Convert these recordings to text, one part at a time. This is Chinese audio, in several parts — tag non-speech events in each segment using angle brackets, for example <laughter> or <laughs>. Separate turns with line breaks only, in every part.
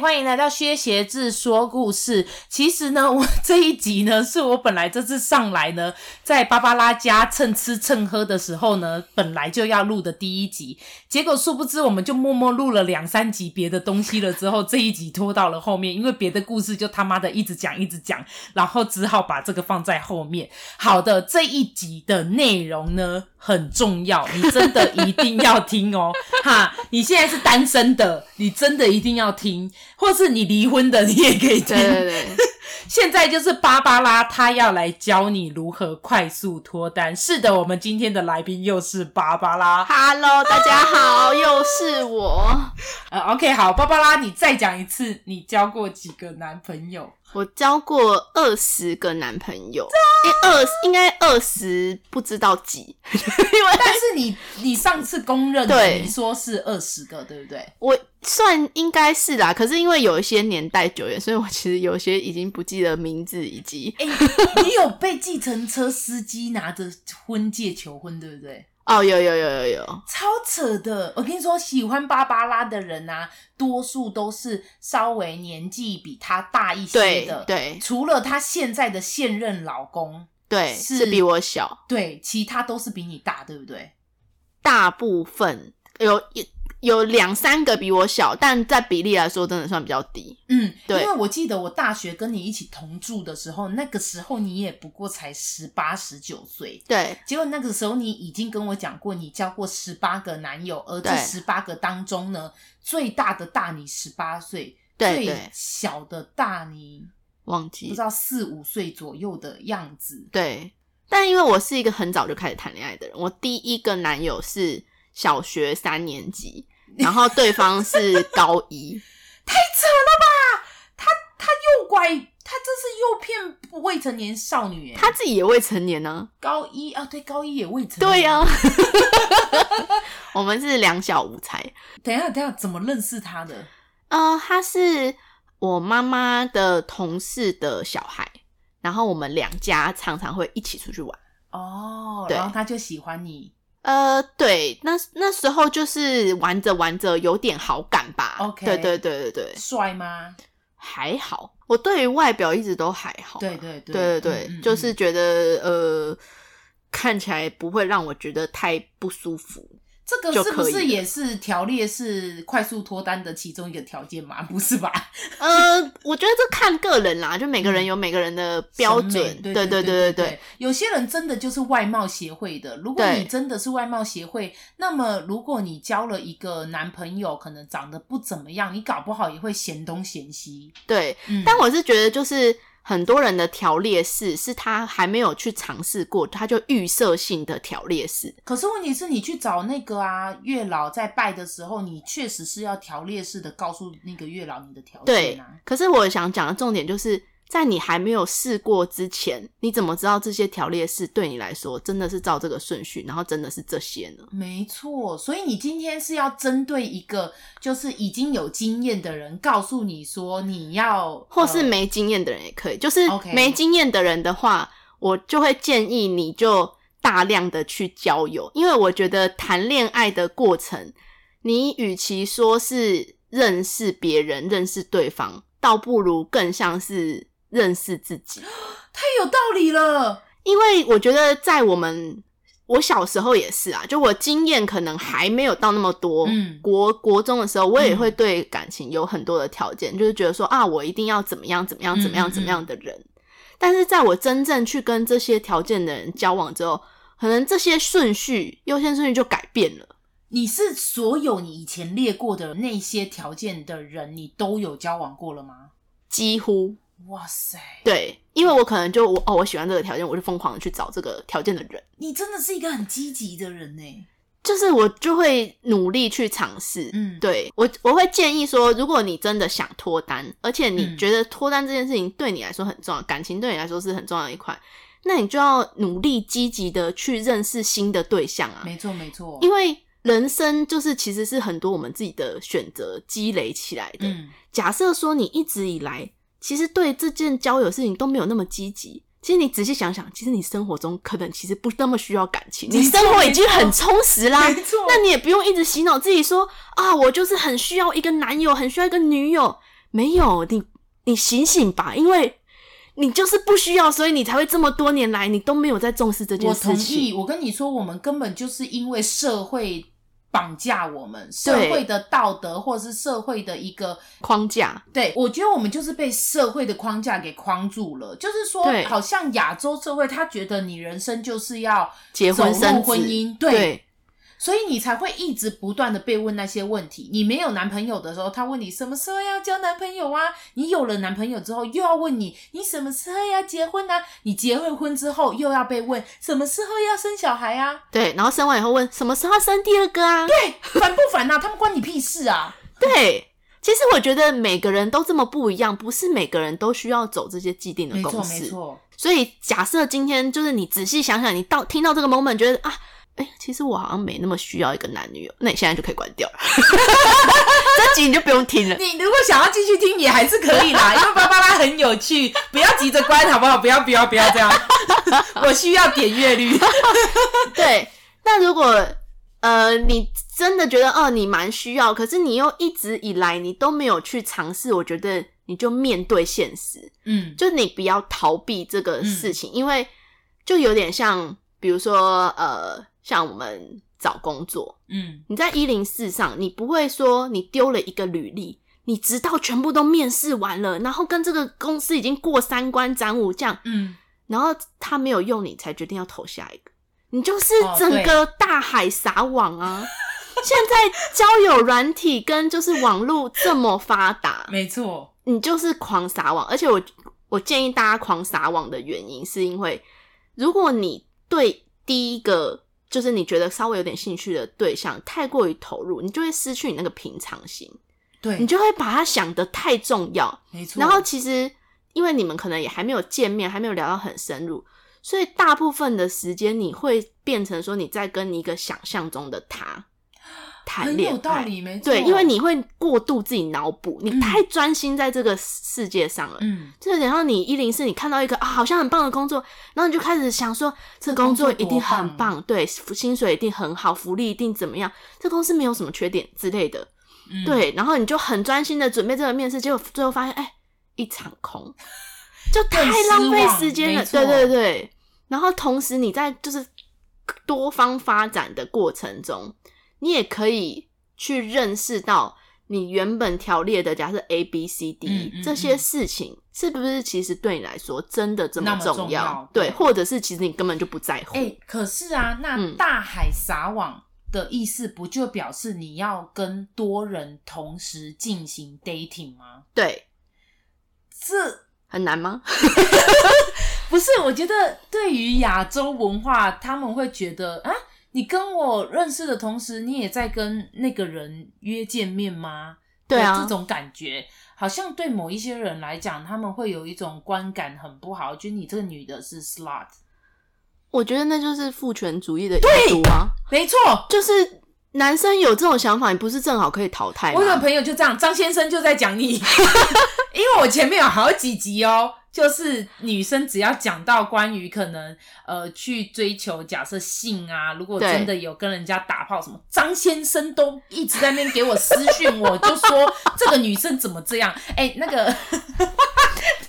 欢迎来到薛鞋志说故事。其实呢，我 <laughs> 这一集呢，是我本来这次上来呢，在芭芭拉家蹭吃蹭喝的时候呢，本来就要录的第一集，结果殊不知我们就默默录了两三集别的东西了，之后这一集拖到了后面，因为别的故事就他妈的一直讲一直讲，然后只好把这个放在后面。好的，这一集的内容呢很重要，你真的一定要听哦，哈！你现在是单身的，你真的一定要听，或是你离婚的，你也可以
<laughs>
听。
对对对，
现在就是芭芭拉，她要来教你如何快速脱单。是的，我们今天的来宾又是芭芭拉。
Hello，大家好，又是我。
呃，OK，好，芭芭拉，你再讲一次，你交过几个男朋友？
我交过二十个男朋友，诶二应该二十不知道几， <laughs> 因为
但是你你上次公认的，
对
你说是二十个，对不对？
我算应该是啦。可是因为有一些年代久远，所以我其实有些已经不记得名字以及
哎、 <laughs> 你有被计程车司机拿着婚戒求婚，对不对？
哦，有有有有有，
超扯的！我跟你说，喜欢芭芭拉的人啊，多数都是稍微年纪比她大一些
对
的，
对
除了她现在的现任老公，
对，
是
是比我小。
对，其他都是比你大，对不对？
大部分有有有两三个比我小，但在比例来说，真的算比较低。
嗯，
对
因为我记得我大学跟你一起同住的时候，那个时候你也不过才十八、十九岁。
对
结果那个时候你已经跟我讲过，你交过十八个男友，而这
对
十八个当中呢，最大的大你十八岁，
对
最
对，
小的大你
忘
不
记
知道四五岁左右的样子。
对，但因为我是一个很早就开始谈恋爱的人，我第一个男友是小学三年级，然后对方是高一，
太扯了吧！他他诱拐，他这是诱骗未成年少女耶。
他自己也未成年呢、
高一啊，对，高一也未成年。
对呀、 <laughs> 我们是两小无猜。
等一下，等一下，怎么认识他的？
呃，他是我妈妈的同事的小孩，然后我们两家常常会一起出去玩。
哦，
对
然后他就喜欢你。
呃，对，那那时候就是玩着玩着有点好感吧。
OK
对对对对对，
帅吗？
还好，我对于外表一直都还好。
对对对
哦对对
嗯嗯嗯
对，就是觉得呃，看起来不会让我觉得太不舒服。
这个
就是
不
可以了
是也是条列是快速脱单的其中一个条件嘛？ <laughs> 不是吧？
呃，我觉得这看个人啦，就每个人有每个人的标准。
嗯审美对对
对对
对，有些人真的就是外貌协会的。如果
对
你真的是外貌协会，那么如果你交了一个男朋友，可能长得不怎么样，你搞不好也会嫌东嫌西。
对。
嗯，
但我是觉得，就是很多人的条列式是他还没有去尝试过，他就预设性的条列式。
可是问题是你去找那个啊月老在拜的时候，你确实是要条列式的告诉那个月老你的条
对
件啊。
可是我想讲的重点就是。在你还没有试过之前，你怎么知道这些条列式对你来说真的是照这个顺序，然后真的是这些呢？
没错，所以你今天是要针对一个就是已经有经验的人，告诉你说你要，
或是
呃
没经验的人也可以。就是
OK
没经验的人的话，我就会建议你就大量的去交友，因为我觉得谈恋爱的过程，你与其说是认识别人、认识对方，倒不如更像是认识自己。
太有道理了。
因为我觉得在我们我小时候也是啊，就我经验可能还没有到那么多。
嗯
国国中的时候，我也会对感情有很多的条件，就是觉得说啊，我一定要怎么样怎么样怎
嗯
么
嗯
样
嗯
怎么样的人。但是在我真正去跟这些条件的人交往之后，可能这些顺序优先顺序就改变了。
你是所有你以前列过的那些条件的人，你都有交往过了吗？
几乎
哇塞，
对，因为我可能就我哦，我喜欢这个条件，我就疯狂的去找这个条件的人，
你真的是一个很积极的人呢。
就是我就会努力去尝试。
嗯，
对我，我会建议说，如果你真的想脱单，而且你
嗯
觉得脱单这件事情对你来说很重要，感情对你来说是很重要的一块，那你就要努力积极的去认识新的对象啊，
没错没错。
因为人生就是其实是很多我们自己的选择积累起来的。
嗯，
假设说你一直以来其实对这件交友事情都没有那么积极。其实你仔细想想，其实你生活中可能其实不那么需要感情，
没
你
错
生活已经
没错
很充实啦，
没错。
啊那你也不用一直洗脑自己说啊，我就是很需要一个男友，很需要一个女友。没有，你你醒醒吧，因为你就是不需要，所以你才会这么多年来你都没有在重视这件
我
事
同
情。
意，我跟你说，我们根本就是因为社会绑架我们，社
对
会的道德或者是社会的一个
框架，
对，我觉得我们就是被社会的框架给框住了。就是说
对，
好像亚洲社会，他觉得你人生就是要
结婚
走入
生子，
婚姻对
对
所以你才会一直不断的被问那些问题。你没有男朋友的时候，他问你什么时候要交男朋友啊？你有了男朋友之后，又要问你你什么时候要结婚啊？你结了婚之后，又要被问什么时候要生小孩啊？
对然后生完以后问什么时候要生第二个啊？对
烦不烦啊？他们关你屁事
<laughs>
啊！
其实我觉得每个人都这么不一样，不是每个人都需要走这些既定的
没
公
错，没
式。
错，
所以假设今天就是你仔细想想，你到听到这个 moment 觉得啊，哎、其实我好像没那么需要一个男女友，那你现在就可以关掉了， <laughs> 这集你就不用听了。
<laughs> 你如果想要继续听，也还是可以啦，因为芭芭拉很有 <laughs> 趣，不要急着关好不好？不要不要不要这样， <laughs> 我需要点阅率。
对，那如果呃你真的觉得哦你蛮需要，可是你又一直以来你都没有去尝试，我觉得你就面对现实，
嗯，
就你不要逃避这个事情，因为就有点像，比如说呃像我们找工作，
嗯，
你在一零四上，你不会说你丢了一个履历，你直到全部都面试完了，然后跟这个公司已经过三关斩五将，
嗯，
然后他没有用你，才决定要投下一个。你就是
哦
整个大海撒网啊！ <laughs> 现在交友软体跟就是网络这么发达，
没错，
你就是狂撒网。而且我我建议大家狂撒网的原因，是因为如果你对第一个就是你觉得稍微有点兴趣的对象太过于投入，你就会失去你那个平常心，你
对，
就会把它想得太重要，
没错。
然后其实因为你们可能也还没有见面，还没有聊到很深入，所以大部分的时间你会变成说你在跟一个想象中的他谈
很
恋
有
爱。
道理，没错。
对，因为你会过度自己脑补，你
嗯
太专心在这个世界上了。
嗯，
就然后你一零四，你看到一个啊，好像很棒的工作，然后你就开始想说，这工作一定很
这工作多
棒，对，薪水一定很好，福利一定怎么样，这公司没有什么缺点之类的。
嗯，
对，然后你就很专心的准备这个面试，结果最后发现，哎、一场 <laughs> 空，就太
更失
浪费
望
时间
没
了。
错
对对对，然后同时你在就是多方发展的过程中，你也可以去认识到你原本条列的，假设 A、B、C、D、
嗯嗯
这些事情，是不是其实对你来说真的这
那么
重
重要
对，
对
或者是其实你根本就不在乎。
哎、可是啊，那
嗯
大海撒网的意思不就表示你要跟多人同时进行 dating 吗？
对，
这
很难吗？
不是，我觉得对于亚洲文化，他们会觉得啊，你跟我认识的同时，你也在跟那个人约见面吗？
对啊，
有这种感觉好像对某一些人来讲，他们会有一种观感很不好，觉得你这个女的是 slut。
我觉得那就是父权主义的遗毒啊。
没错，
就是男生有这种想法，你不是正好可以淘汰吗
我？有朋友就这样，张先生就在讲
<laughs>
你，因为我前面有好几集哦，就是女生只要讲到关于可能呃去追求假设性啊，如果
对
真的有跟人家打炮什么，张先生都一直在那边给我私讯我，就说这个女生怎么这
<laughs>
样？哎、那个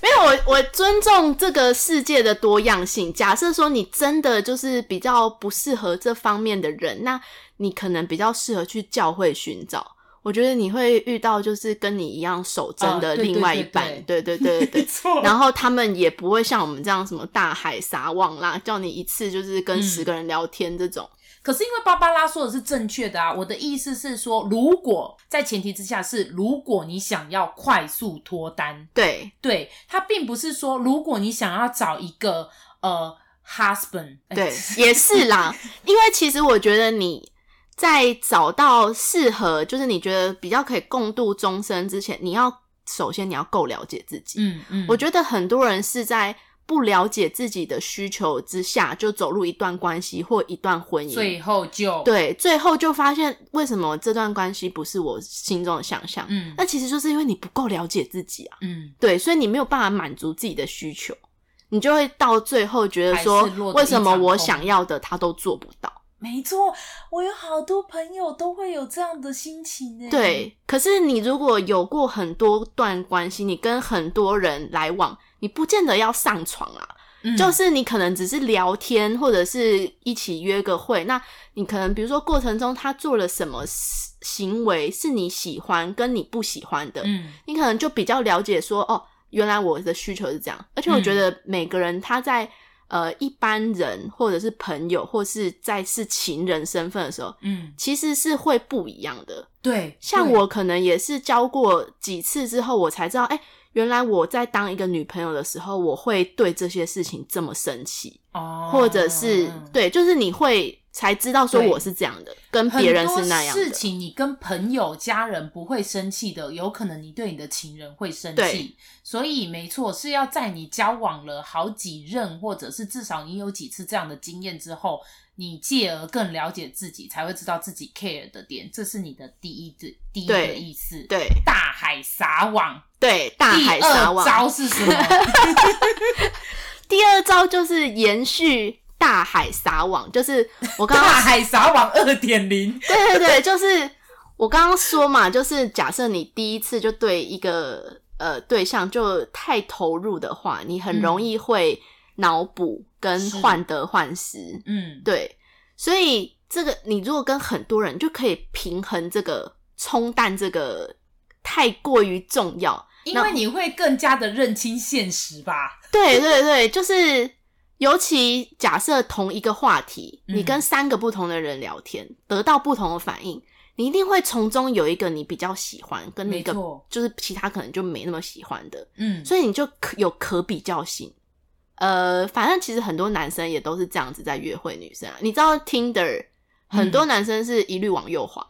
没有，我我尊重这个世界的多样性。假设说你真的就是比较不适合这方面的人，那你可能比较适合去教会寻找。我觉得你会遇到就是跟你一样守贞
啊
的
对对
另外一
对
半，对对对对
<laughs>
对。<laughs>
错
然后他们也不会像我们这样什么大海撒网啦，叫你一次就是跟
嗯
十个人聊天这种。
可是因为芭芭拉说的是正确的啊，我的意思是说，如果在前提之下是，如果你想要快速脱单，
对
对他并不是说，如果你想要找一个呃 husband，哎
对，也
<laughs>
是啦，因为其实我觉得你在找到适合，就是你觉得比较可以共度终身之前，你要首先你要够了解自己。
嗯嗯，
我觉得很多人是在不了解自己的需求之下，就走入一段关系或一段婚姻，
最后就，
对，最后就发现为什么这段关系不是我心中的想象。
嗯
那其实就是因为你不够了解自己啊，
嗯，
对，所以你没有办法满足自己的需求，你就会到最后觉得
还
说
是落，得
为什么
一场
我
空
想要的他都做不到？
没错，我有好多朋友都会有这样的心情呢。，
对，可是你如果有过很多段关系，你跟很多人来往，你不见得要上床啊。
嗯
就是你可能只是聊天，或者是一起约个会。那你可能比如说过程中他做了什么行行为是你喜欢跟你不喜欢的，
嗯
你可能就比较了解说哦，原来我的需求是这样。而且我
嗯
觉得每个人他在、呃一般人或者是朋友或是在是情人身份的时候，
嗯，
其实是会不一样的。
对，
像
对
我可能也是交过几次之后，我才知道，哎、原来我在当一个女朋友的时候，我会对这些事情这么生气，
哦，
或者是对，就是你会才知道说
对
我是这样的，跟
很
别人
多
是那样
事
的。
情，你跟朋友、家人不会生气的，有可能你对你的情人会生气
对。
所以没错，是要在你交往了好几任，或者是至少你有几次这样的经验之后，你继而更了解自己，才会知道自己 care 的点。这是你的第一第第一个
对
意思。
对
大海撒网，
对，大海撒
第二
网。
招是什么？ <laughs>
第二招就是延续大海撒网，就是我刚
大
刚
海撒网二点零。
对对 <laughs> 对，就是我刚刚说嘛，就是假设你第一次就对一个呃对象就太投入的话，你很容易会脑补跟
是
患得患失。
嗯，
对，所以这个你如果跟很多人，就可以平衡这个冲淡这个太过于重要。
因为你会更加的认清现实吧。
对对对，就是。尤其假设同一个话题，你
嗯
跟三个不同的人聊天，得到不同的反应，你一定会从中有一个你比较喜欢，跟你一
没
个
错，
就是其他可能就没那么喜欢的，
嗯，
所以你就可有可比较性。呃，反正其实很多男生也都是这样子在约会女生啊。你知道 Tinder 很
嗯
多男生是一律往右滑，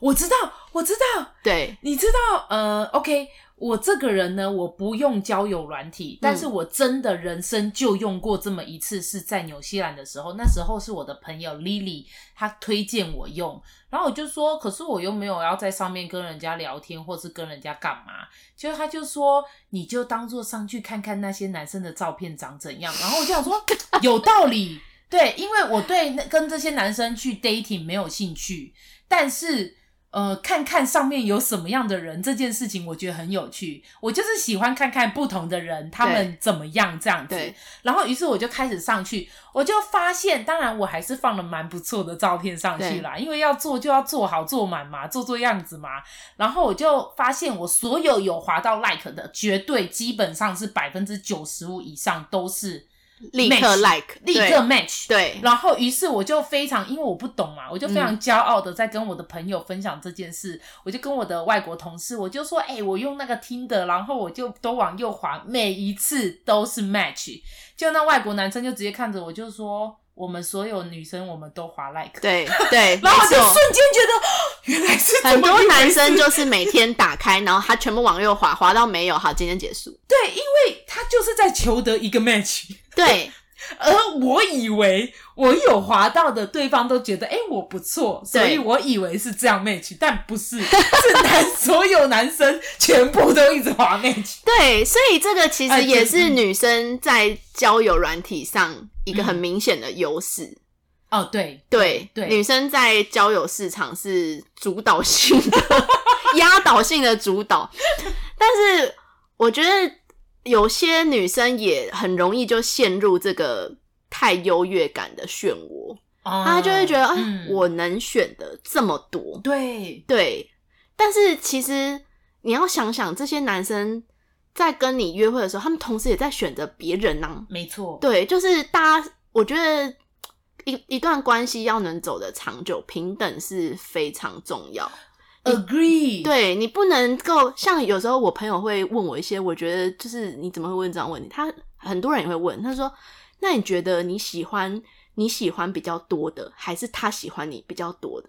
我知道，我知道。
对
你知道，呃，OK，我这个人呢，我不用交友软体，但是我真的人生就用过这么一次，是在纽西兰的时候，那时候是我的朋友 Lily 她推荐我用，然后我就说，可是我又没有要在上面跟人家聊天，或是跟人家干嘛，结果她就说，你就当做上去看看那些男生的照片长怎样，然后我就想说， <laughs> 有道理。对，因为我对那跟这些男生去 dating 没有兴趣，但是呃，看看上面有什么样的人这件事情，我觉得很有趣。我就是喜欢看看不同的人他们怎么样这样子。
对，
然后，于是我就开始上去，我就发现，当然我还是放了蛮不错的照片上去啦，因为要做就要做好做满嘛，做做样子嘛。然后我就发现，我所有有滑到 like 的，绝对基本上是百分之九十五以上都是
立刻
match，
like，
立刻 match。
对对
然后，于是我就非常，因为我不懂嘛，我就非
嗯
常骄傲的在跟我的朋友分享这件事。我就跟我的外国同事，我就说，哎、我用那个听的，然后我就都往右滑，每一次都是 match。就那外国男生就直接看着我，就说，我们所有女生我们都滑 like。，
对对，没
<laughs> 然后我就
错。
瞬间觉得，哦原来是这么
<laughs> 很多
一回
男
事
生就是每天打开，然后他全部往右滑，滑到没有，好，今天结
<laughs>
束。
对，因为他就是在求得一个 match。
对，
而我以为我有滑到的，对方都觉得哎、诶我不错，所以
对
我以为是这样 match，但不是，是男 <laughs> 所有男生全部都一直滑 match。
对，所以这个其
哎
实
对
也是
嗯
女生在交友软体上一个很明显的优势。
哦，对
对
对
女生在交友市场是主导性
<laughs>
的、压倒性的主导，但是我觉得有些女生也很容易就陷入这个太优越感的漩涡，
哦
她就会觉得，哎、
嗯
我能选的这么多，
对
对，但是其实你要想想，这些男生在跟你约会的时候，他们同时也在选择别人呢、
没错，
对，就是大家，我觉得一一段关系要能走得长久，平等是非常重要。
agree，，
对你不能够像有时候我朋友会问我一些，我觉得就是你怎么会问这样问题？他很多人也会问，他说：“那你觉得你喜欢你喜欢比较多的，还是他喜欢你比较多的？”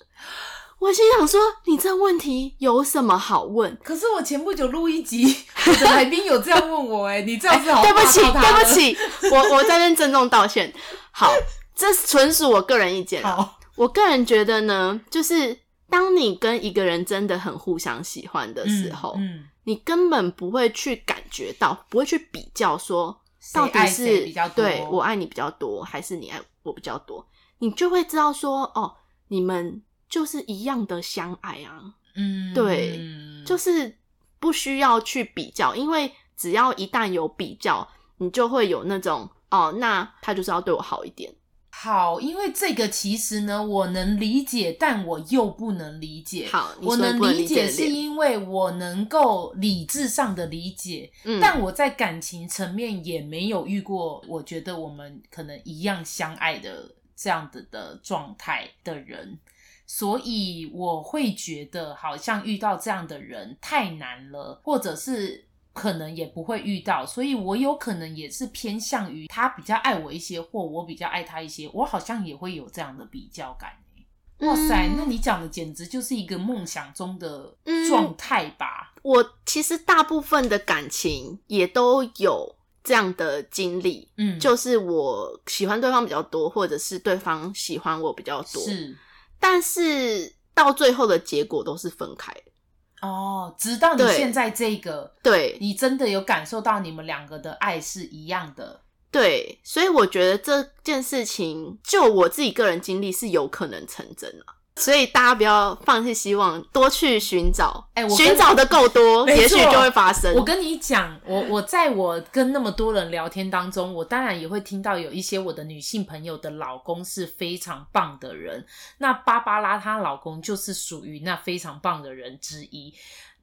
我心想说：“你这问题有什么好问？”
可是我前不久录一集，我的来宾有这样问我、诶哎，你这样子好、
对不起，对不，起，我我在这郑重道歉。好，这纯属我个人意见啦。
好，
我个人觉得呢，就是当你跟一个人真的很互相喜欢的时候，
嗯，
你根本不会去感觉到，不会去比较说
谁
到底
爱谁
是
比较多
对我爱你比较多，还是你爱我比较多。你就会知道说，哦，你们就是一样的相爱啊，
嗯，
对，就是不需要去比较，因为只要一旦有比较，你就会有那种哦，那他就是要对我好一点，
好，因为这个其实呢，我能理解，但我又不能理解。
好，你
我
说
能
不能
理
解
解
的
是
脸，
因为我能够理智上的理解，
嗯，
但我在感情层面也没有遇过，我觉得我们可能一样相爱的这样子的状态的人，所以我会觉得好像遇到这样的人太难了，或者是。可能也不会遇到，所以我有可能也是偏向于他比较爱我一些，或我比较爱他一些，我好像也会有这样的比较感。欸哇塞，
嗯
那你讲的简直就是一个梦想中的
嗯
状态吧？
我其实大部分的感情也都有这样的经历，
嗯，
就是我喜欢对方比较多，或者是对方喜欢我比较多，
是
但是到最后的结果都是分开的，
哦，直到你
对
现在这个，
对，
你真的有感受到你们两个的爱是一样的。
对，所以我觉得这件事情，就我自己个人经历是有可能成真啊。所以大家不要放弃希望，多去寻找，
哎我跟
寻找的够多，
<laughs> 没
也许
错
就会发生。
我跟你讲，我我在我跟那么多人聊天当中，我当然也会听到有一些我的女性朋友的老公是非常棒的人。那芭芭拉她老公就是属于那非常棒的人之一。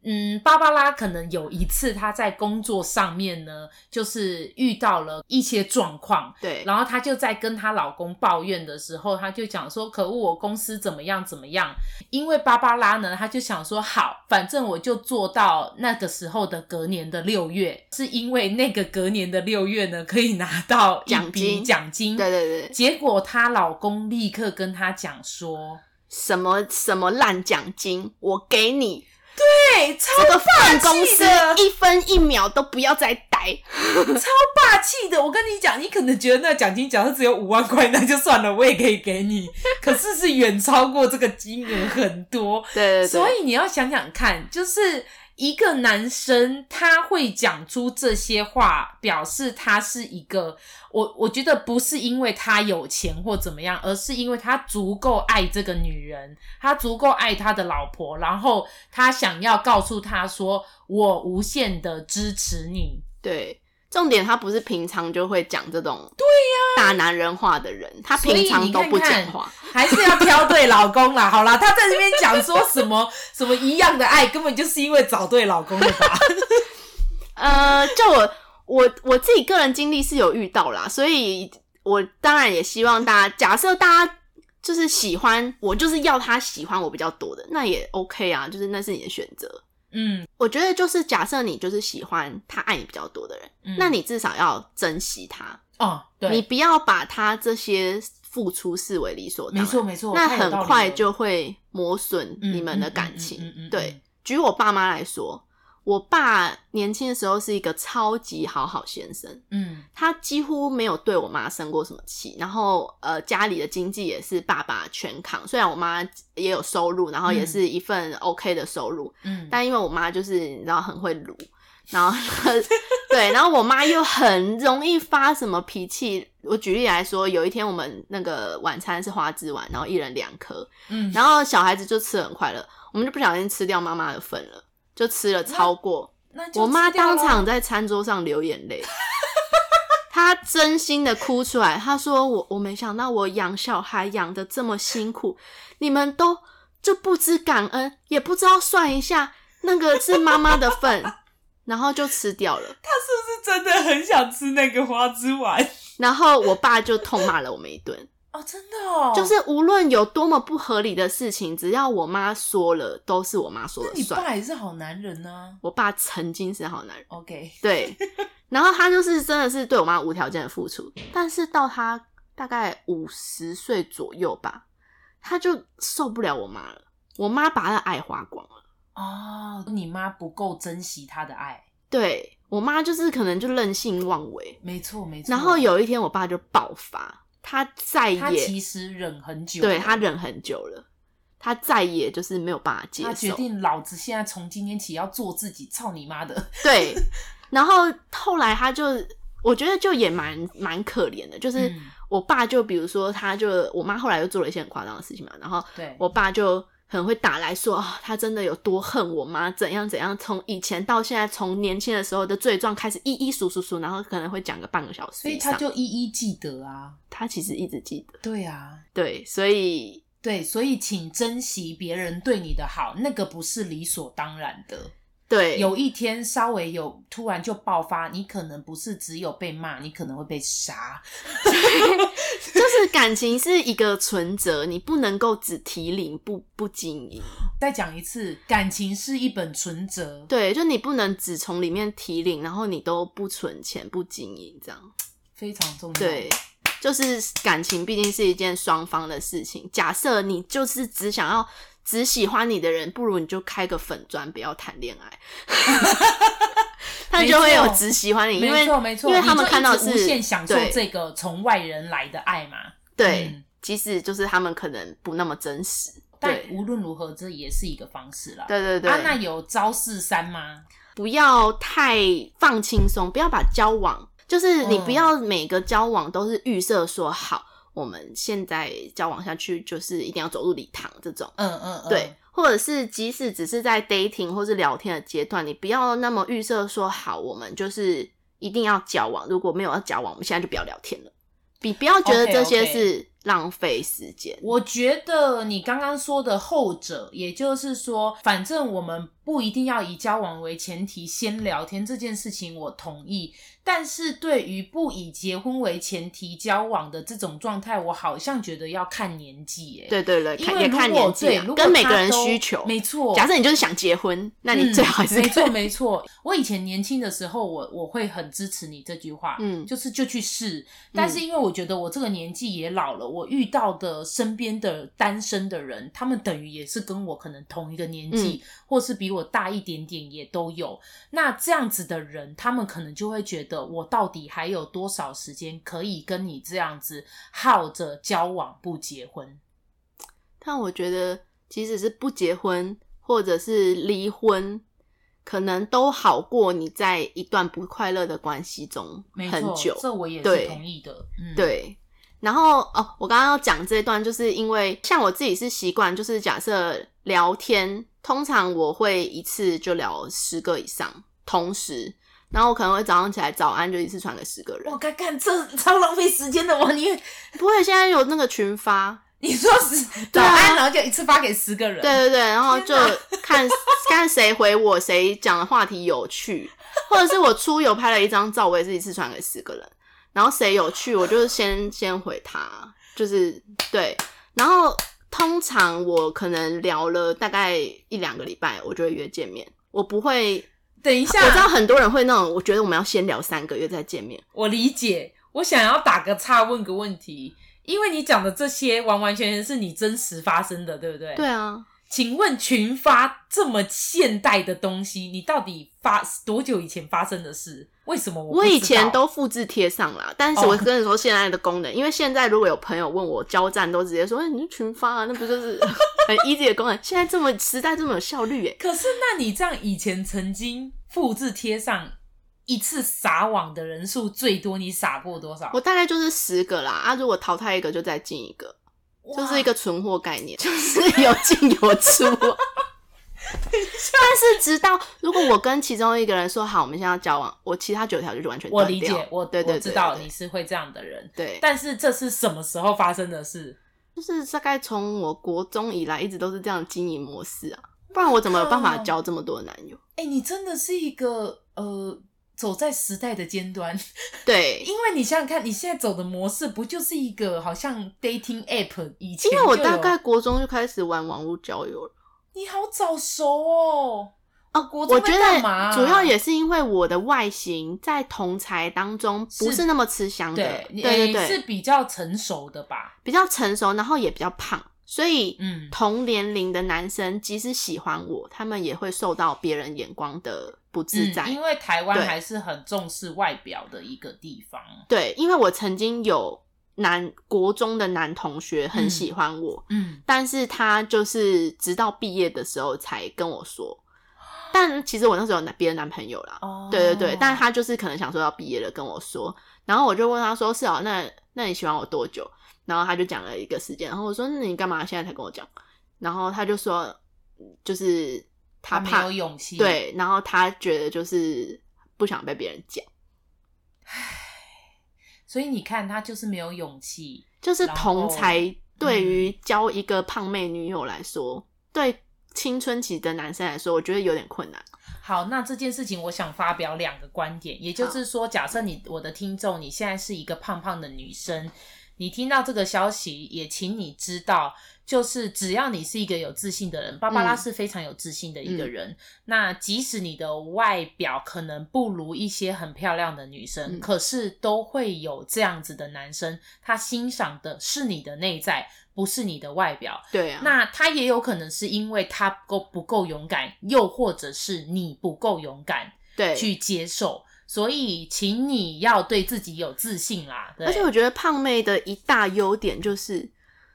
嗯，芭芭拉可能有一次她在工作上面呢，就是遇到了一些状况，
对，
然后她就在跟她老公抱怨的时候，她就讲说：“可恶，我公司怎么样怎么样。”因为芭芭拉呢，她就想说：“好，反正我就做到那个时候的隔年的六月，是因为那个隔年的六月呢，可以拿到一
奖
笔
金
奖金。
对对对，
结果她老公立刻跟她讲说
什么什么烂奖金，我
<laughs>
给你，：“
对，哎超
这个饭公
气
司
的
一分一秒都不要再待。
霸气的！我跟你讲，你可能觉得那奖金假设只有五万块，那就算了，我也可以给你。可是是远超过这个金额很多。”
对对对，
所以你要想想看，就是一个男生他会讲出这些话，表示他是一个我我觉得不是因为他有钱或怎么样，而是因为他足够爱这个女人，他足够爱他的老婆，然后他想要告诉她说我无限的支持你。
对，重点他不是平常就会讲这种对呀大男人话的人，他
所以
平常
你
都
看
不
看
讲话。
还是要挑对老公啦，好啦，他在那边讲说什么什么一样的爱，根本就是因为找对老公了
<laughs>
吧？
呃，就我我我自己个人经历是有遇到啦，所以我当然也希望大家，假设大家就是喜欢我，就是要他喜欢我比较多的，那也 OK 啊，就是那是你的选择。
嗯，
我觉得就是假设你就是喜欢他爱你比较多的人，
嗯
那你至少要珍惜他，
哦，对，
你不要把他这些付出视为理所当
没
然。
错没错，
那
太有
很
道理
快
了
就会磨损你们的感
嗯嗯嗯嗯嗯嗯
情
嗯。
对，举我爸妈来说，我爸年轻的时候是一个超级好好先生，
嗯
他几乎没有对我妈生过什么气。然后呃，家里的经济也是爸爸全扛，虽然我妈也有收入，然后也是一份 OK 的收入，
嗯，
但因为我妈就是你知道很会撸，然后 <laughs> 对，然后我妈又很容易发什么脾气。我举例来说，有一天我们那个晚餐是花枝丸，然后一人两颗，
嗯，
然后小孩子就吃得很快乐，我们就不小心吃掉妈妈的份了，就吃了超过。
那就
我妈
吃掉
当
了
场在餐桌上流眼泪，她真心的哭出来。她说我：“我没想到我养小孩养的这么辛苦，你们都就不知感恩，也不知道算一下那个是妈妈的份，然后就吃掉了。”
她是不是真的很想吃那个花枝丸？
然后我爸就痛骂了我们一顿。
<laughs> 哦，真的哦，
就是无论有多么不合理的事情，只要我妈说了，都是我妈说
那
了
你
算。
爸也是好男人呢、
我爸曾经是好男人，
OK，
对，然后他就是真的是对我妈无条件的付出，但是到他大概五十岁左右吧，他就受不了我妈了，我妈把他的爱花光了，
哦，你妈不够珍惜他的爱，
对我妈就是可能就任性妄为，
没错没错。
然后有一天我爸就爆发，他再
他
也
其实忍很久，
对他忍很久了，他再也就是没有办法接
他决
受，
定老子现在从今天起要做自己，操你妈的！
对，然后后来他就我觉得就也蛮蛮可怜的，就是。
嗯
我爸就比如说，他就我妈后来又做了一些很夸张的事情嘛，然后
<laughs> 对，
我爸就很会打来说啊、他真的有多恨我妈，怎样怎样，从以前到现在，从年轻的时候的罪状开始一一数数数，然后可能会讲个半个小时
所以
以
他
上。
就一一记得啊。
他其实一直记得，
对啊，
对，所以
对，所以请珍惜别人对你的好，那个不是理所当然的。
对
有一天稍微有突然就爆发，你可能不是只有被骂，你可能会被杀。
就是感情是一个存折，你不能够只提领不不经营。
再讲一次，感情是一本存折。
对，就你不能只从里面提领，然后你都不存钱、不经营这样。
非常重要。
对，就是感情毕竟是一件双方的事情。假设你就是只想要只喜欢你的人，不如你就开个粉砖，不要谈恋爱。 <laughs> 他就会有只喜欢你，因
没
为
错没错，
因为他们
你就
看到
一直
是
无限享受
对
这个从外人来的爱嘛。
对，
嗯
即使就是他们可能不那么真实。
但
对
无论如何，这也是一个方式啦。
对对对，
啊，那有招式三吗？
不要太放轻松，不要把交往，就是你
嗯
不要每个交往都是预设说好，我们现在交往下去就是一定要走入礼堂这种，
嗯嗯嗯，
对，，或者是即使只是在 dating 或是聊天的阶段，你不要那么预设说好，我们就是一定要交往，如果没有要交往，我们现在就不要聊天了，你不要觉得
OK，OK
这些是浪费时间。
我觉得你刚刚说的后者，也就是说，反正我们不一定要以交往为前提先聊天这件事情，我同意。但是对于不以结婚为前提交往的这种状态，我好像觉得要看年纪耶。，
对对对，
因
看
为
也
如
看
果
年纪
对，
啊
如，果
跟每
他
个人
都
需求。
没错。
假设你就是想结婚，那你
嗯
最好还是
没错没错。我以前年轻的时候，我我会很支持你这句
<laughs>
话，
嗯
就是就去试。但是因为我觉得我这个年纪也老了，我遇到的身边的单身的人，他们等于也是跟我可能同一个年
嗯
纪，或是比我大一点点也都有。那这样子的人，他们可能就会觉得我到底还有多少时间可以跟你这样子耗着交往不结婚？
但我觉得，即使是不结婚或者是离婚，可能都好过你在一段不快乐的关系中
没
很
错
久，。
这我也是
对
同意的。嗯，，
对。然后哦，我刚刚要讲这一段，就是因为像我自己是习惯，就是假设聊天，通常我会一次就聊十个以上，同时，然后我可能会早上起来早安就一次传给十个人
我。看看这超浪费时间的，我你。
不会，现在有那个群发，
你说是早
对啊
安，然后就一次发给十个人，
对，对对，然后就
天哪
看看谁回我，谁讲的话题有趣，或者是我出游拍了一张照，我也是一次传给十个人，然后谁有趣，我就先先回他，就是对，然后通常我可能聊了大概一两个礼拜，我就会约见面，我不会，
等一
我知道
下，
很多人会那种，我觉得我们要先聊三个月再见面，
我理解。我想要打个岔，问个问题，因为你讲的这些完完全全是你真实发生的，对不对？
对。啊，
请问群发这么现代的东西，你到底发多久以前发生的事？为什么我不
我以
知
前
道
都复制贴上啦，但是
哦
我跟你说现在的功能，因为现在如果有朋友问我交战，都直接说、哎你是群发啊，那不就是
<laughs>
很 easy 的功能？现在这么时代这么有效率耶，
可是，那你这样以前曾经复制贴上一次撒网的人数最多，你撒过多少？
我大概就是十个啦，啊，如果淘汰一个就再进一个，
哇
就是一个存货概
<laughs>
念，就是有进有出啊。但是直到如果我跟其中一个人说好，我们现在要交往，我其他九条就完全
我
断
理
掉
解，我
对对
我
对
知道
对
你是会这样的人。
对，
但是这是什么时候发生的事？
就是大概从我国中以来一直都是这样的经营模式啊，不然我怎么有办法交这么多男友？
哎、你真的是一个呃，走在时代的尖端， <laughs>
对，
因为你想想看，你现在走的模式不就是一个好像 dating app 以前就
因为
有？
我大概国中就开始玩网络交友了。
你好早熟哦。
哦
国中
我
在
觉
干嘛啊
得主要也是因为我的外形在同才当中不
是
是那么吃香的，
对，你
对对
你
对，
是比较成熟的吧？
比较成熟，然后也比较胖，所以
嗯
同年龄的男生即使喜欢我，他们也会受到别人眼光的不自在。
嗯，因为台湾
对
还是很重视外表的一个地方。
对，因为我曾经有男国中的男同学很
嗯
喜欢我，
嗯，
但是他就是直到毕业的时候才跟我说。但其实我那时候有男别的男朋友啦，
哦
对对对，但他就是可能想说要毕业了跟我说，然后我就问他说：“是哦，那那你喜欢我多久？”然后他就讲了一个时间，然后我说：“那你干嘛现在才跟我讲？”然后他就说：“就是他
没
怕
有勇气，，
对，然后他觉得就是不想被别人讲，
所以你看他就是没有勇气，
就是
然后嗯
同才对于交一个胖妹女友来说，对青春期的男生来说，我觉得有点困难。
好，那这件事情我想发表两个观点，也就是说，假设你我的听众你现在是一个胖胖的女生，你听到这个消息，也请你知道，就是只要你是一个有自信的人，芭芭拉
嗯
是非常有自信的一个人。那即使你的外表可能不如一些很漂亮的女生，
嗯
可是都会有这样子的男生，他欣赏的是你的内在，不是你的外表。
对啊，
那他也有可能是因为他不够不够勇敢，又或者是你不够勇敢
对，
去接受，所以请你要对自己有自信啦。对
而且我觉得胖妹的一大优点就是，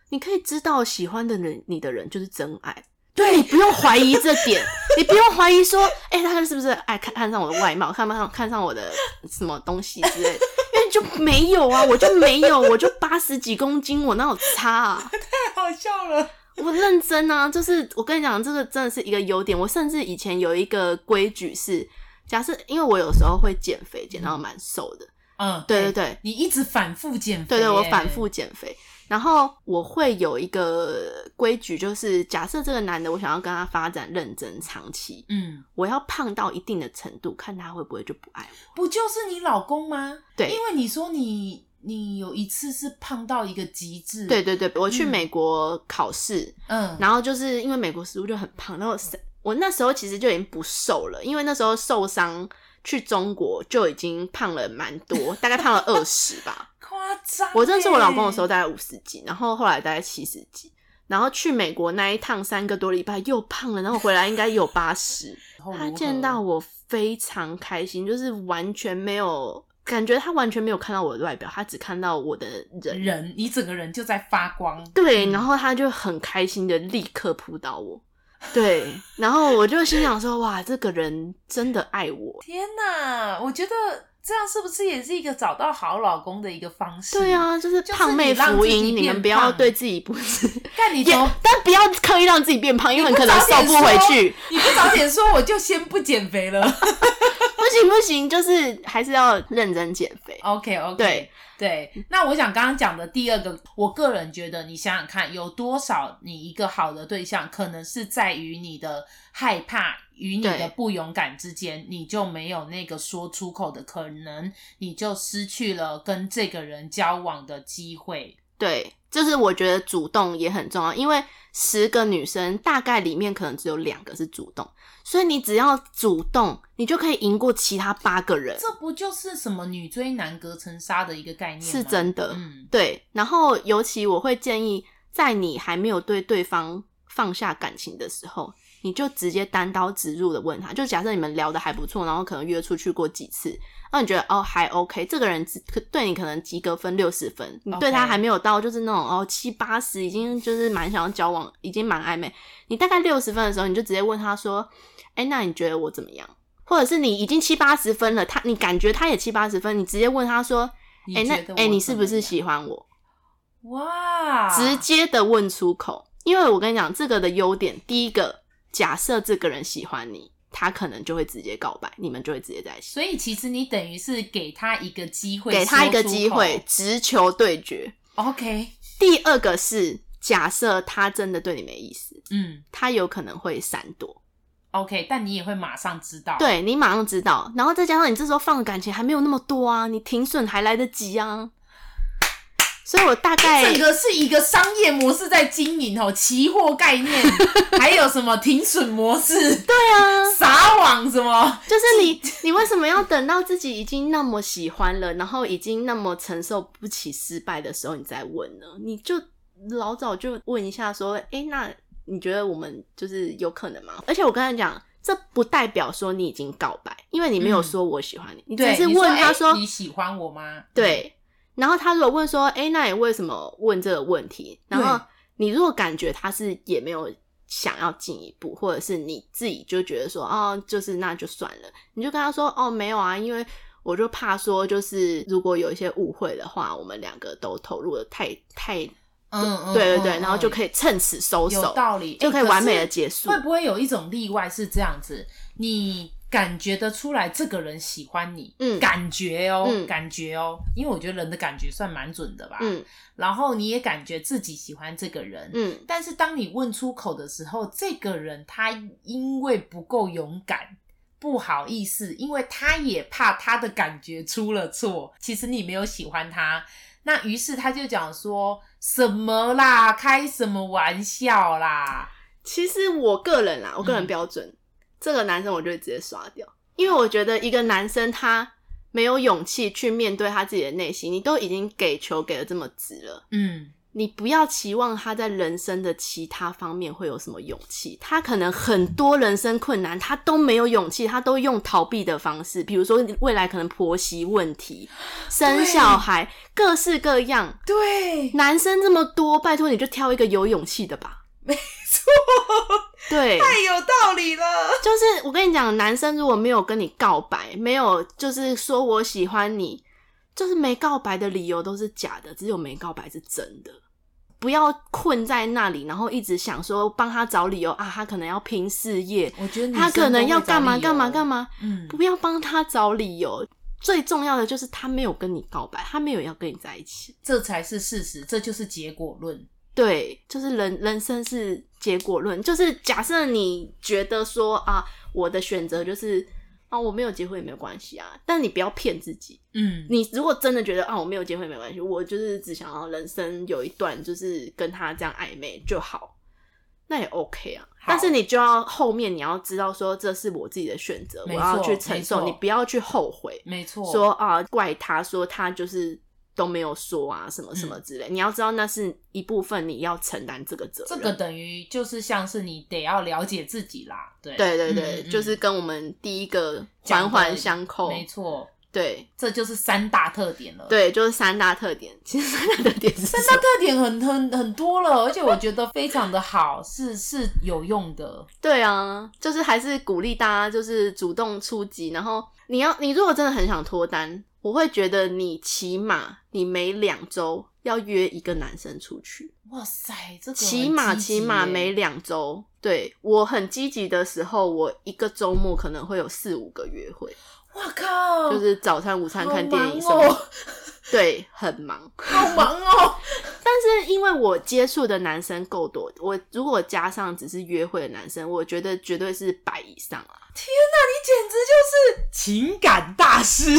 你可以知道喜欢的人你的人就是真爱，对你不用怀疑这点，你不用怀疑说，哎、他是不是爱看看上我的外貌，看不上看上我的什么东西之类的。因为就没有啊，我就没有，我就八十几公斤，我哪有差啊？
太好笑了，
我认真啊，就是我跟你讲，这个真的是一个优点。我甚至以前有一个规矩是，假设因为我有时候会减肥，减到蛮瘦的，
嗯，
对对对，
你一直反复减肥，
对对，我反复，减肥。然后我会有一个规矩，就是假设这个男的我想要跟他发展认真长期，
嗯，
我要胖到一定的程度，看他会不会就不爱我。
不就是你老公吗？
对
因为你说你你有一次是胖到一个极致，
对，对对，我去
嗯
美国考试，
嗯，
然后就是因为美国食物就很胖，然后是我那时候其实就已经不瘦了，因为那时候受伤去中国就已经胖了蛮多，大概胖了二十吧。
<laughs> 夸张欸、
我认识我老公的时候大概五十几，然后后来大概七十几，然后去美国那一趟三个多礼拜又胖了，然后回来应该有八十。
<laughs> 然后如何，
他见到我非常开心，就是完全没有感觉，他完全没有看到我的外表，他只看到我的人。
人，你整个人就在发光，
对，
嗯
然后他就很开心的立刻扑倒我。对，然后我就心想说，哇，这个人真的爱我。
天哪，我觉得这样是不是也是一个找到好老公的一个方式？
对，啊，就是
就是
胖妹
你让
福
自己
音，你
变
们不要
胖
对自己不是。
但 <laughs> 你
也
从
但不要刻意让自己变胖，因为很
不
可能
早点
瘦不回去。
说，你不早点说，我就先不减肥
<laughs>
了。
不行不行，就是还是要认真减肥。
OK OK，
对
对。那我想刚刚讲的第二个，我个人觉得，你想想看，有多少你一个好的对象，可能是在于你的害怕与你的
对
不勇敢之间，你就没有那个说出口的可能，你就失去了跟这个人交往的机会。
对，就是我觉得主动也很重要，因为十个女生大概里面可能只有两个是主动，所以你只要主动，你就可以赢过其他八个人，
这不就是什么女追男隔层纱的一个概念啊吗？
是真的。
嗯，
对，然后尤其我会建议，在你还没有对对方放下感情的时候，你就直接单刀直入的问他。就假设你们聊的还不错，然后可能约出去过几次，那你觉得哦还 OK，这个人只可对你可能及格分六十分，你对他
OK
还没有到就是那种哦七八十，已经就是蛮想要交往，已经蛮暧昧。你大概六十分的时候，你就直接问他说：“哎，那你觉得我怎么样？”或者是你已经七八十分了，他你感觉他也七八十分，你直接问他说：“
你
哎、那
觉得
哎、
我
你
怎
是不
么
是
样啊
喜欢我？
哇，
直接的问出口，因为我跟你讲，这个的优点，第一个，假设这个人喜欢你，他可能就会直接告白，你们就会直接在一起，
所以其实你等于是给他一个机会，
给他一个机会，。直球对决。
OK，
第二个是，假设他真的对你没意思，
嗯
他有可能会闪躲，
，OK，但你也会马上知道。，
对你马上知道，然后再加上你这时候放的感情还没有那么多啊，你停损还来得及啊。所以我大概
整个是一个商业模式在经营哦，期货概念，还有什么停损模式，对啊，撒网什么，
就是你，你为什么要等到自己已经那么喜欢了，然后已经那么承受不起失败的时候，你再问呢？你就老早就问一下说，诶，那你觉得我们就是有可能吗？ <laughs> 而且我跟他讲，这不代表说你已经告白，因为你没有说我喜欢你，嗯你只
对，
是
你
问他
哎
说，
你喜欢我吗？，
对。然后他如果问说，诶，那你为什么问这个问题？然后
对
你如果感觉他是也没有想要进一步，或者是你自己就觉得说，哦，就是那就算了，你就跟他说，哦，没有啊，因为我就怕说，就是如果有一些误会的话，我们两个都投入的太太，
嗯嗯，
对对对，
嗯
然后
嗯
就可以趁此收
有
手，
道理，
就
欸
可以完美
是
的结束。
会不会有一种例外是这样子？你感觉得出来这个人喜欢你，
嗯
感觉哦，
嗯
感觉哦，因为我觉得人的感觉算蛮准的吧。
嗯
然后你也感觉自己喜欢这个人，
嗯
但是当你问出口的时候，这个人他因为不够勇敢。不好意思，因为他也怕他的感觉出了错，其实你没有喜欢他，那于是他就讲说什么啦，开什么玩笑啦，
其实我个人啦，我个人
嗯
标准，这个男生我就会直接刷掉，因为我觉得一个男生他没有勇气去面对他自己的内心，你都已经给球给的这么直了。
嗯，
你不要期望他在人生的其他方面会有什么勇气，他可能很多人生困难他都没有勇气，他都用逃避的方式，比如说未来可能婆媳问题、生
对
小孩，各式各样。
对，
男生这么多，拜托你就挑一个有勇气的吧。没错，对，
太有道理了。
就是我跟你讲，男生如果没有跟你告白，没有就是说我喜欢你，就是没告白的理由都是假的，只有没告白是真的。不要困在那里，然后一直想说帮他找理由啊，他可能要拼事业，
我觉得
他可能要干嘛干嘛干
嘛，
嘛，
嗯，
不要帮他找理由。最重要的就是他没有跟你告白，他没有要跟你在一起。
这才是事实，这就是结果论。
对，就是人人生是结果论，就是假设你觉得说啊，我的选择就是啊，我没有结婚也没有关系啊，但你不要骗自己。
嗯，
你如果真的觉得啊，我没有结婚也没关系，我就是只想要人生有一段就是跟他这样暧昧就好，那也 OK 啊。
好
但是你就要后面你要知道说这是我自己的选择，我
没错
要去承
没
受，
错
你不要去后悔。
没错。
说啊怪他，说他就是都没有说啊什么什
嗯
么之类。你要知道，那是一部分你要承担这个责
这
任。
个等于就是像是你得要了解自己啦，对，
对对
嗯
对，
嗯
就是跟我们第一个
讲的
环环相扣。
没错，
对
这就是三大特点了。，
对，就是三大特点。 <laughs> 其实三大特点是
三
什
大
么？
特点很很很多了，而且我觉得非常的好，是是有用的。
对啊，就是还是鼓励大家就是主动出击。然后你要，你如果真的很想脱单，我会觉得你起码你每两周要约一个男生出去。
哇塞，这个很
起码
积极
起
耶
码每两周，对我很积极的时候，我一个周末可能会有四五个约会，
哇靠，
就是早餐、午餐、
哦好
看电影什
忙
么的，
哦，
对，很忙。 <laughs>
好忙哦。
但是因为我接触的男生够多，我如果加上只是约会的男生，我觉得绝对是百以上啊，
你简直就是情感大师，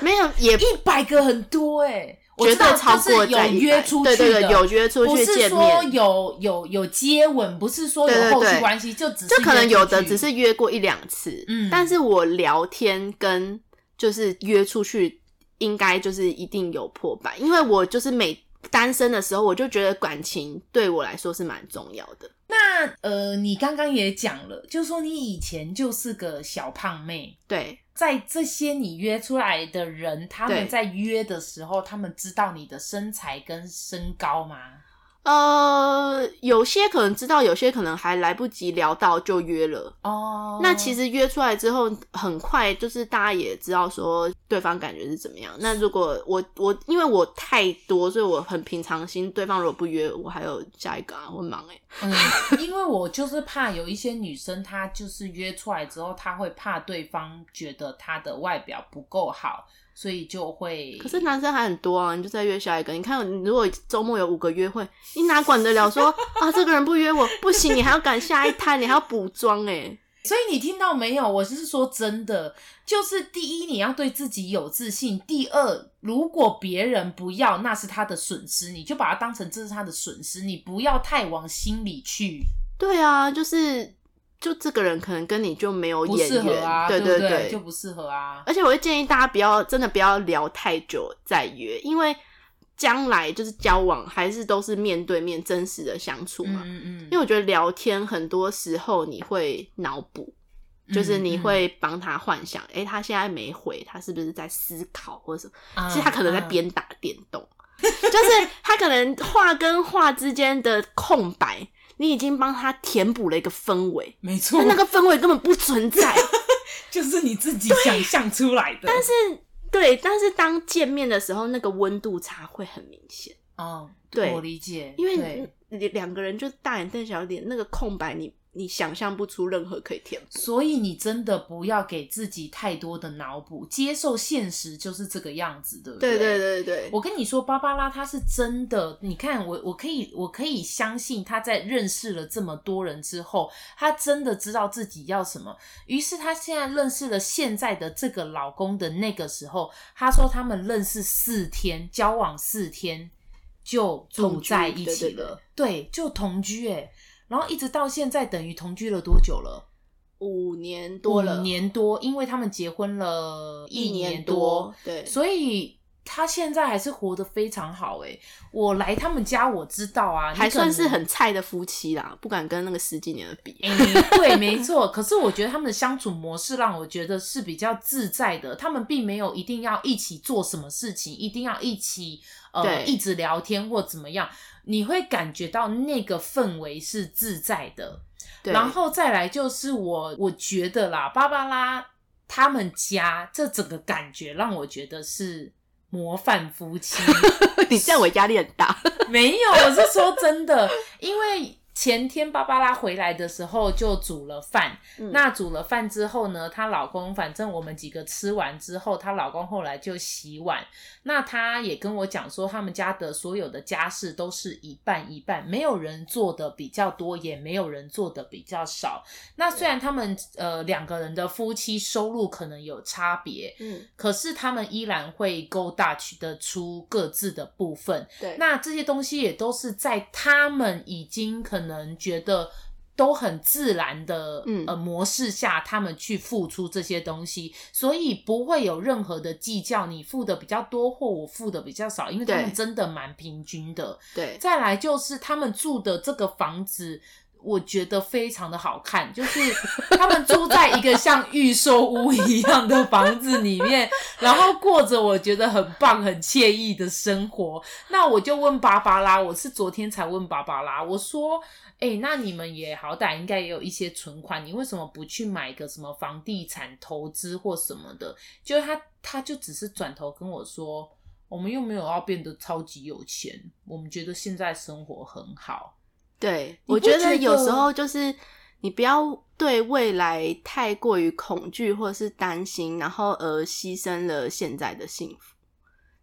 没有也
一百个很多哎、欸，我
绝
知道
对超过
就是有
在一百
约出去
对
的，
对对，有约出
不
去
是
见
说
面。
有有有接吻，不是说
对对
有后续
对
关系，就只是
就可能
约出
有的
去
只是约过一两次，
嗯
但是我聊天跟就是约出去，应该就是一定有破百，因为我就是每单身的时候，我就觉得感情对我来说是蛮重要的。
那呃，你刚刚也讲了，就说你以前就是个小胖妹。
对
在这些你约出来的人，他
对
们在约的时候，他们知道你的身材跟身高吗？
呃，有些可能知道，有些可能还来不及聊到就约了。
哦，
那其
实
实约出来之后，很快就是大家也知道说对方感觉是怎么样。那如果我我因为我太多，所以我很平常心。对方如果不约，我还有下一个啊，我很忙哎、
嗯， <laughs> 因为我就是怕有一些女生，她就是约出来之后，她会怕对方觉得她的外表不够好，所以就会。
可是男生还很多啊，你就再约下一个。你看，你如果周末有五个约会，你哪管得了说啊这个人不约我不行，你还要赶下一摊，你还要补妆哎。
所以你听到没有？我是说真的，就是第一，你要对自己有自信；第二，如果别人不要，那是他的损失，你就把它当成这是他的损失，你不要太往心里去。
对啊，就是就这个人可能跟你就没有
不
眼
适合
缘，
啊，
对
不
对哎
就不适合啊。
而且我会建议大家不要真的不要聊太久再约，因为将来就是交往还是都是面对面真实的相处
嗯
嘛。
嗯嗯，
因为我觉得聊天很多时候你会脑补，就是
嗯
你会帮他幻想，诶，他现在没回，他是不是在思考或者什么？
嗯，
其实他可能在
嗯，
边打电动，就是他可能话跟话之间的空白，你已经帮他填补了一个氛
<laughs>
围，
没错
但，那个氛围根本不存在。
就是你自己想象出来的。但是
但是对，但是当见面的时候，那个温度差会很明显，
哦，
对
我理解，
因为
对
你你两个人就大眼瞪小眼，那个空白你你想象不出任何可以填补。
所以你真的不要给自己太多的脑补，接受现实就是这个样子，对不
对
对
对对对，
我跟你说，芭芭拉她是真的，你看我，我可以，我可以相信她在认识了这么多人之后，她真的知道自己要什么。于是她现在认识了现在的这个老公的那个时候，她说他们认识四天，交往四天就住
同居
在一起
对对对
了，对，就同居哎、然后一直到现在，等于同居了多久了？
五年多了，
五年多，因为他们结婚了
一
年
年多，对，
所以他现在还是活得非常好诶、我来他们家，我知道啊，你
还
可能
算是很菜的夫妻啦，不敢跟那个十几年的比。
诶、对，没错。可是我觉得他们的相处模式让我觉得是比较自在的，他们并没有一定要一起做什么事情，一定要一起呃
对
一直聊天或怎么样，你会感觉到那个氛围是自在的。
对，
然后再来就是我，我觉得啦，芭芭拉他们家这整个感觉让我觉得是模范夫妻。
<laughs> 你这样我压力很大。
没有，我是说真的，因为前天芭芭拉回来的时候就煮了饭，
嗯
那煮了饭之后呢，她老公反正我们几个吃完之后，她老公后来就洗碗，那她也跟我讲说，他们家的所有的家事都是一半一半，没有人做的比较多，也没有人做的比较少。那虽然他们呃两个人的夫妻收入可能有差别。
嗯，
可是他们依然会勾搭取得出各自的部分，
对
那这些东西也都是在他们已经可能觉得都很自然的、
嗯
呃模式下，他们去付出这些东西，所以不会有任何的计较，你付的比较多或我付的比较少，因为他
对
们真的蛮平均的。
对
再来就是他们住的这个房子。我觉得非常的好看，就是他们住在一个像预售屋一样的房子里面，然后过着我觉得很棒、很惬意的生活。那我就问芭芭拉，我是昨天才问芭芭拉，我说：“哎、那你们也好歹应该也有一些存款，你为什么不去买个什么房地产投资或什么的？”就是他，他就只是转头跟我说：“我们又没有要变得超级有钱，我们觉得现在生活很好。
对，
你
我
不觉
觉
得
得有时候就是你不要对未来太过于恐惧或是担心，然后而牺牲了现在的幸福。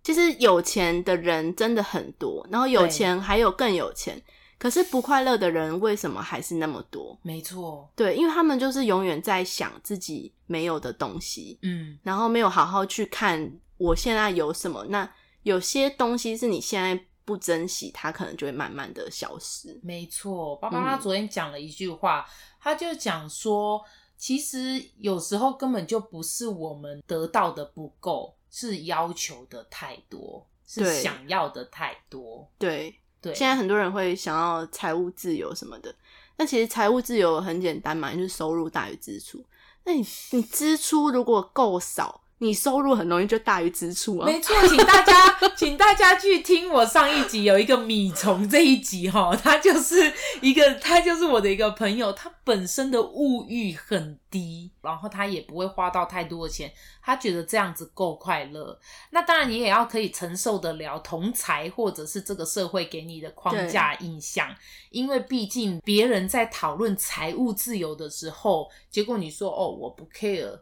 其实有钱的人真的很多，然后有
对
钱还有更有钱，可是不快乐的人为什么还是那么多”？
没错，
对，因为他们就是永远在想自己没有的东西，
嗯，
然后没有好好去看我现在有什么。那有些东西是你现在不珍惜，它可能就会慢慢的消失。
没错，爸爸他
嗯
昨天讲了一句话，他就讲说，其实有时候根本就不是我们得到的不够，是要求的太多，是
对
想要的太多。
对，
对，
现在很多人会想要财务自由什么的，那其实财务自由很简单嘛，就是收入大于支出。那你你支出如果够少，你收入很容易就大于支出啊。
没错，请大家， <laughs> 请大家去听我上一集有一个米虫这一集哈、他就是一个，他就是我的一个朋友，他本身的物欲很低，然后他也不会花到太多的钱，他觉得这样子够快乐。那当然，你也要可以承受得了同才或者是这个社会给你的框架印象，因为毕竟别人在讨论财务自由的时候，结果你说哦，我不 care。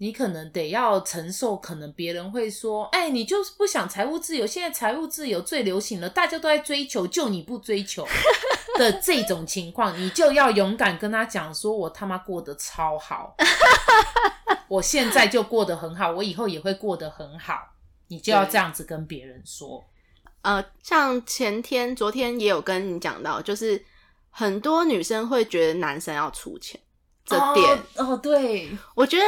你可能得要承受，可能别人会说：“哎，你就是不想财务自由，现在财务自由最流行了，大家都在追求，就你不追求的这种情况，你就要勇敢跟他讲说：我他妈过得超
<laughs>
好，我现在就过得很好，我以后也会过得很好。”你就要
对
这样子跟别人说，
呃，像前天、昨天也有跟你讲到，就是很多女生会觉得男生要出钱，这点、
哦哦，对，
我觉得，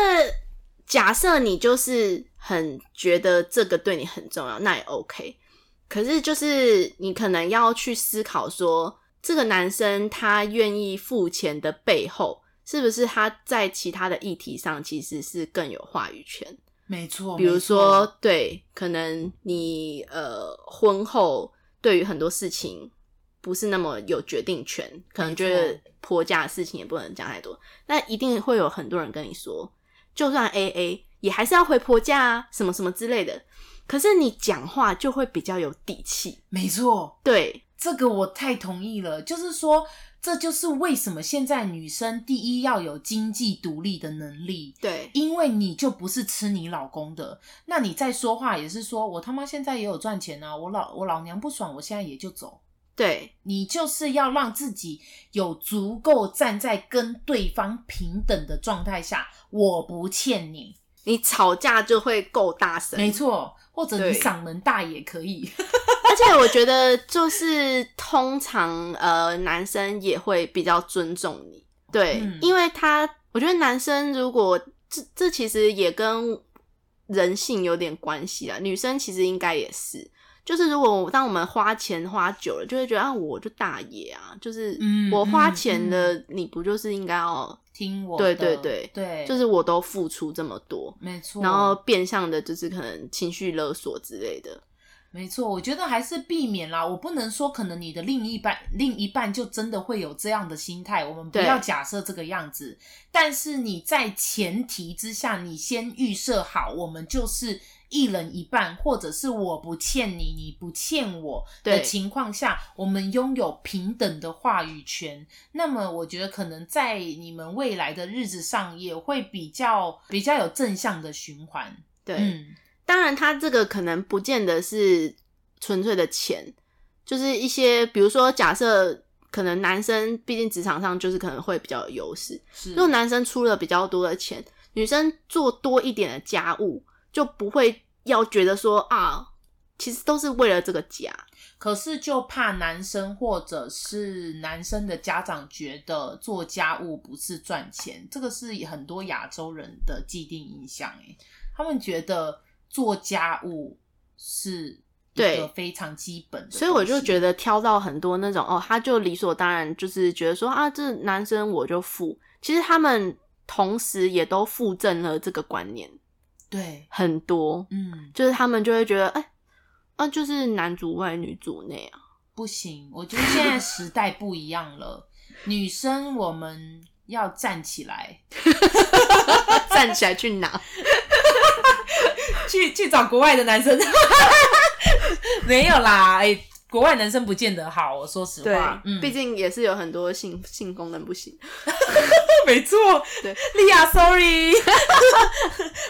假设你就是很觉得这个对你很重要，那也 OK。可是就是你可能要去思考说，这个男生他愿意付钱的背后，是不是他在其他的议题上其实是更有话语权？
没错，
比如
哦没错
说，对，可能你呃婚后对于很多事情不是那么有决定权，可能
没
觉得
错
婆家的事情也不能讲太多。那一定会有很多人跟你说，就算 A A，也还是要回婆家啊，什么什么之类的。可是你讲话就会比较有底气，
没错，
对，
这个我太同意了，就是说，这就是为什么现在女生第一要有经济独立的能力。
对，
因为你就不是吃你老公的，那你再说话也是说，我他妈现在也有赚钱啊，我老我老娘不爽，我现在也就走。
对，
你就是要让自己有足够站在跟对方平等的状态下，我不欠你，
你吵架就会够大声，
没错，或者你
对
嗓门大也可以， <laughs>
而且我觉得，就是通常呃，男生也会比较尊重你，对，
嗯
因为他我觉得男生如果这这其实也跟人性有点关系啦，女生其实应该也是，就是如果当我们花钱花久了，就会觉得啊，我就大爷啊，就是
嗯
我花
嗯
钱了，你不就是应该要，
听我
对
的，
对对
对，
就是我都付出这么多，
没错，
然后变相的就是可能情绪勒索之类的，
没错，我觉得还是避免啦。我不能说可能你的另一半另一半就真的会有这样的心态，我们不
对
要假设这个样子。但是你在前提之下，你先预设好，我们就是一人一半，或者是我不欠你，你不欠我的
对
情况下，我们拥有平等的话语权。那么，我觉得可能在你们未来的日子上，也会比较比较有正向的循环。
对。
嗯，
当然，他这个可能不见得是纯粹的钱，就是一些，比如说，假设可能男生毕竟职场上就是可能会比较有优势，
是
如果男生出了比较多的钱，女生做多一点的家务，就不会要觉得说啊，其实都是为了这个家，
可是就怕男生或者是男生的家长觉得做家务不是赚钱，这个是很多亚洲人的既定印象诶，他们觉得做家务是一
对
个非常基本的，
所以我就觉
得。
得挑到很多那种哦，他就理所当然就是觉得说啊，这男生我就付，其实他们同时也都附赠了这个观念
对，
很多，
嗯，
就是他们就会觉得，哎、啊，就是男主外女主内啊， <laughs>
不行，我觉得现在时代不一样了，女生我们要站起来，
站起来去拿。
去去找国外的男生， <laughs> 没有啦，哎、国外男生不见得好，我说实
对
话，，嗯，
毕竟也是有很多性性功能不行。
没错，
对，
莉亚，sorry，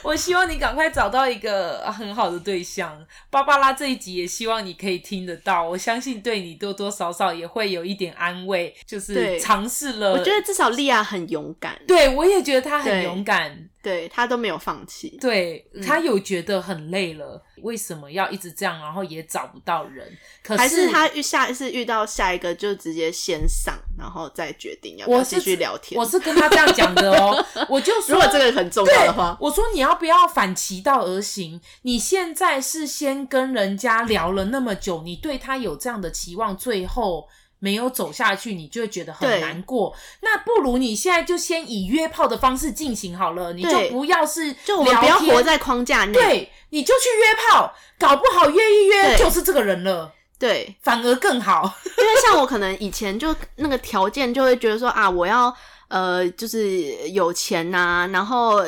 我希望你赶快找到一个啊很好的对象。芭芭拉这一集也希望你可以听得到，我相信对你多多少少也会有一点安慰，就是
对
尝试了。
我觉得至少莉亚很勇敢，
对我也觉得她很
对
勇敢，
对她都没有放弃。
对
嗯
她有觉得很累了，为什么要一直这样，然后也找不到人？可
还是她遇下一次遇到下一个就直接先上，然后再决定要不要
我是
继续聊天。
我是跟她这样讲的
<laughs>
哦，我就说
如果这个很重要的话，
我说你要不要反其道而行？你现在是先跟人家聊了那么久，你对他有这样的期望，最后没有走下去，你就会觉得很
对
难过。那不如你现在就先以约炮的方式进行好了，你就
对
不要是
就我们不
聊
要
天
活在框架内。
对，你就去约炮，搞不好约一约
对
就是这个人了，
对，
反而更
<laughs>
好。
因为像我可能以前就那个条件就会觉得说啊，我要呃就是有钱呐、然后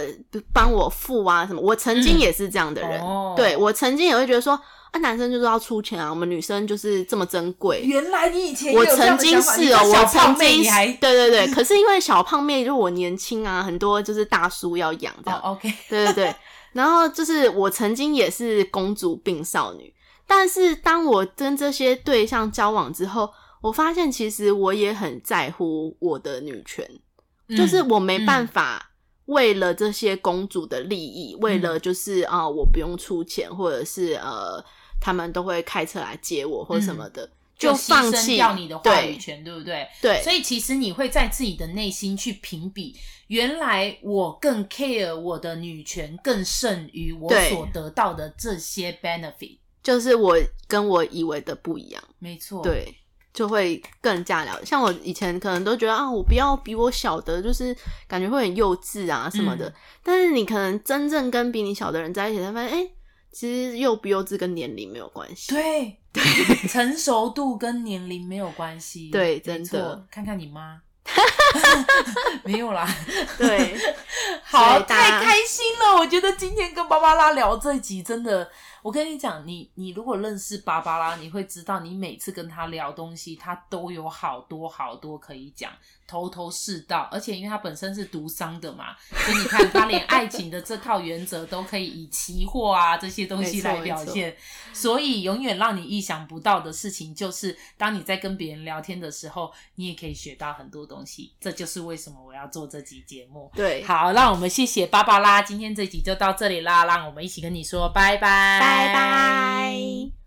帮我付啊什么。我曾经也是这样的人，
嗯哦
对我曾经也会觉得说啊，男生就是要出钱啊，我们女生就是这么珍贵。
原来你以前
我曾经是哦，我曾经是对对对，
<laughs>
可是因为小胖妹就我年轻啊，很多就是大叔要养这
哦
样，
，OK，
对对对，然后就是我曾经也是公主病少女，但是当我跟这些对象交往之后，我发现其实我也很在乎我的女权，
嗯
就是我没办法为了这些公主的利益，为
嗯
了就是啊、呃我不用出钱，或者是呃他们都会开车来接我或什么的，
嗯就牺
放
牲
弃
掉你的话语
对
权，对不对？
对
所以其实你会在自己的内心去评比，原来我更 care 我的女权更胜于我
对
所得到的这些 benefit。
就是我跟我以为的不一样。
没错，，
对，就会更加了。像我以前可能都觉得啊，我不要比我小的，就是感觉会很幼稚啊什么的。
嗯
但是你可能真正跟比你小的人在一起，才发现，哎、其实幼不幼稚跟年龄没有关系。
对对，成熟度跟年龄没有关系。
对
没
真的
<laughs>
<laughs>
错看看你妈，没有啦。
对，
<laughs> 好，
所以大家
太开心了！我觉得今天跟芭芭拉聊这一集真的，我跟你讲，你你如果认识芭芭拉，你会知道，你每次跟她聊东西，她都有好多好多可以讲，头头是道。而且因为她本身是读商的嘛，所以你看她连爱情的这套原则都可以以期货啊这些东西来表现。所以永远让你意想不到的事情，就是当你在跟别人聊天的时候，你也可以学到很多东西。这就是为什么我要做这集节目。 <laughs>
对，
好，让我们谢谢芭芭拉，今天这集就到这里啦，让我们一起跟你说拜拜，
拜拜。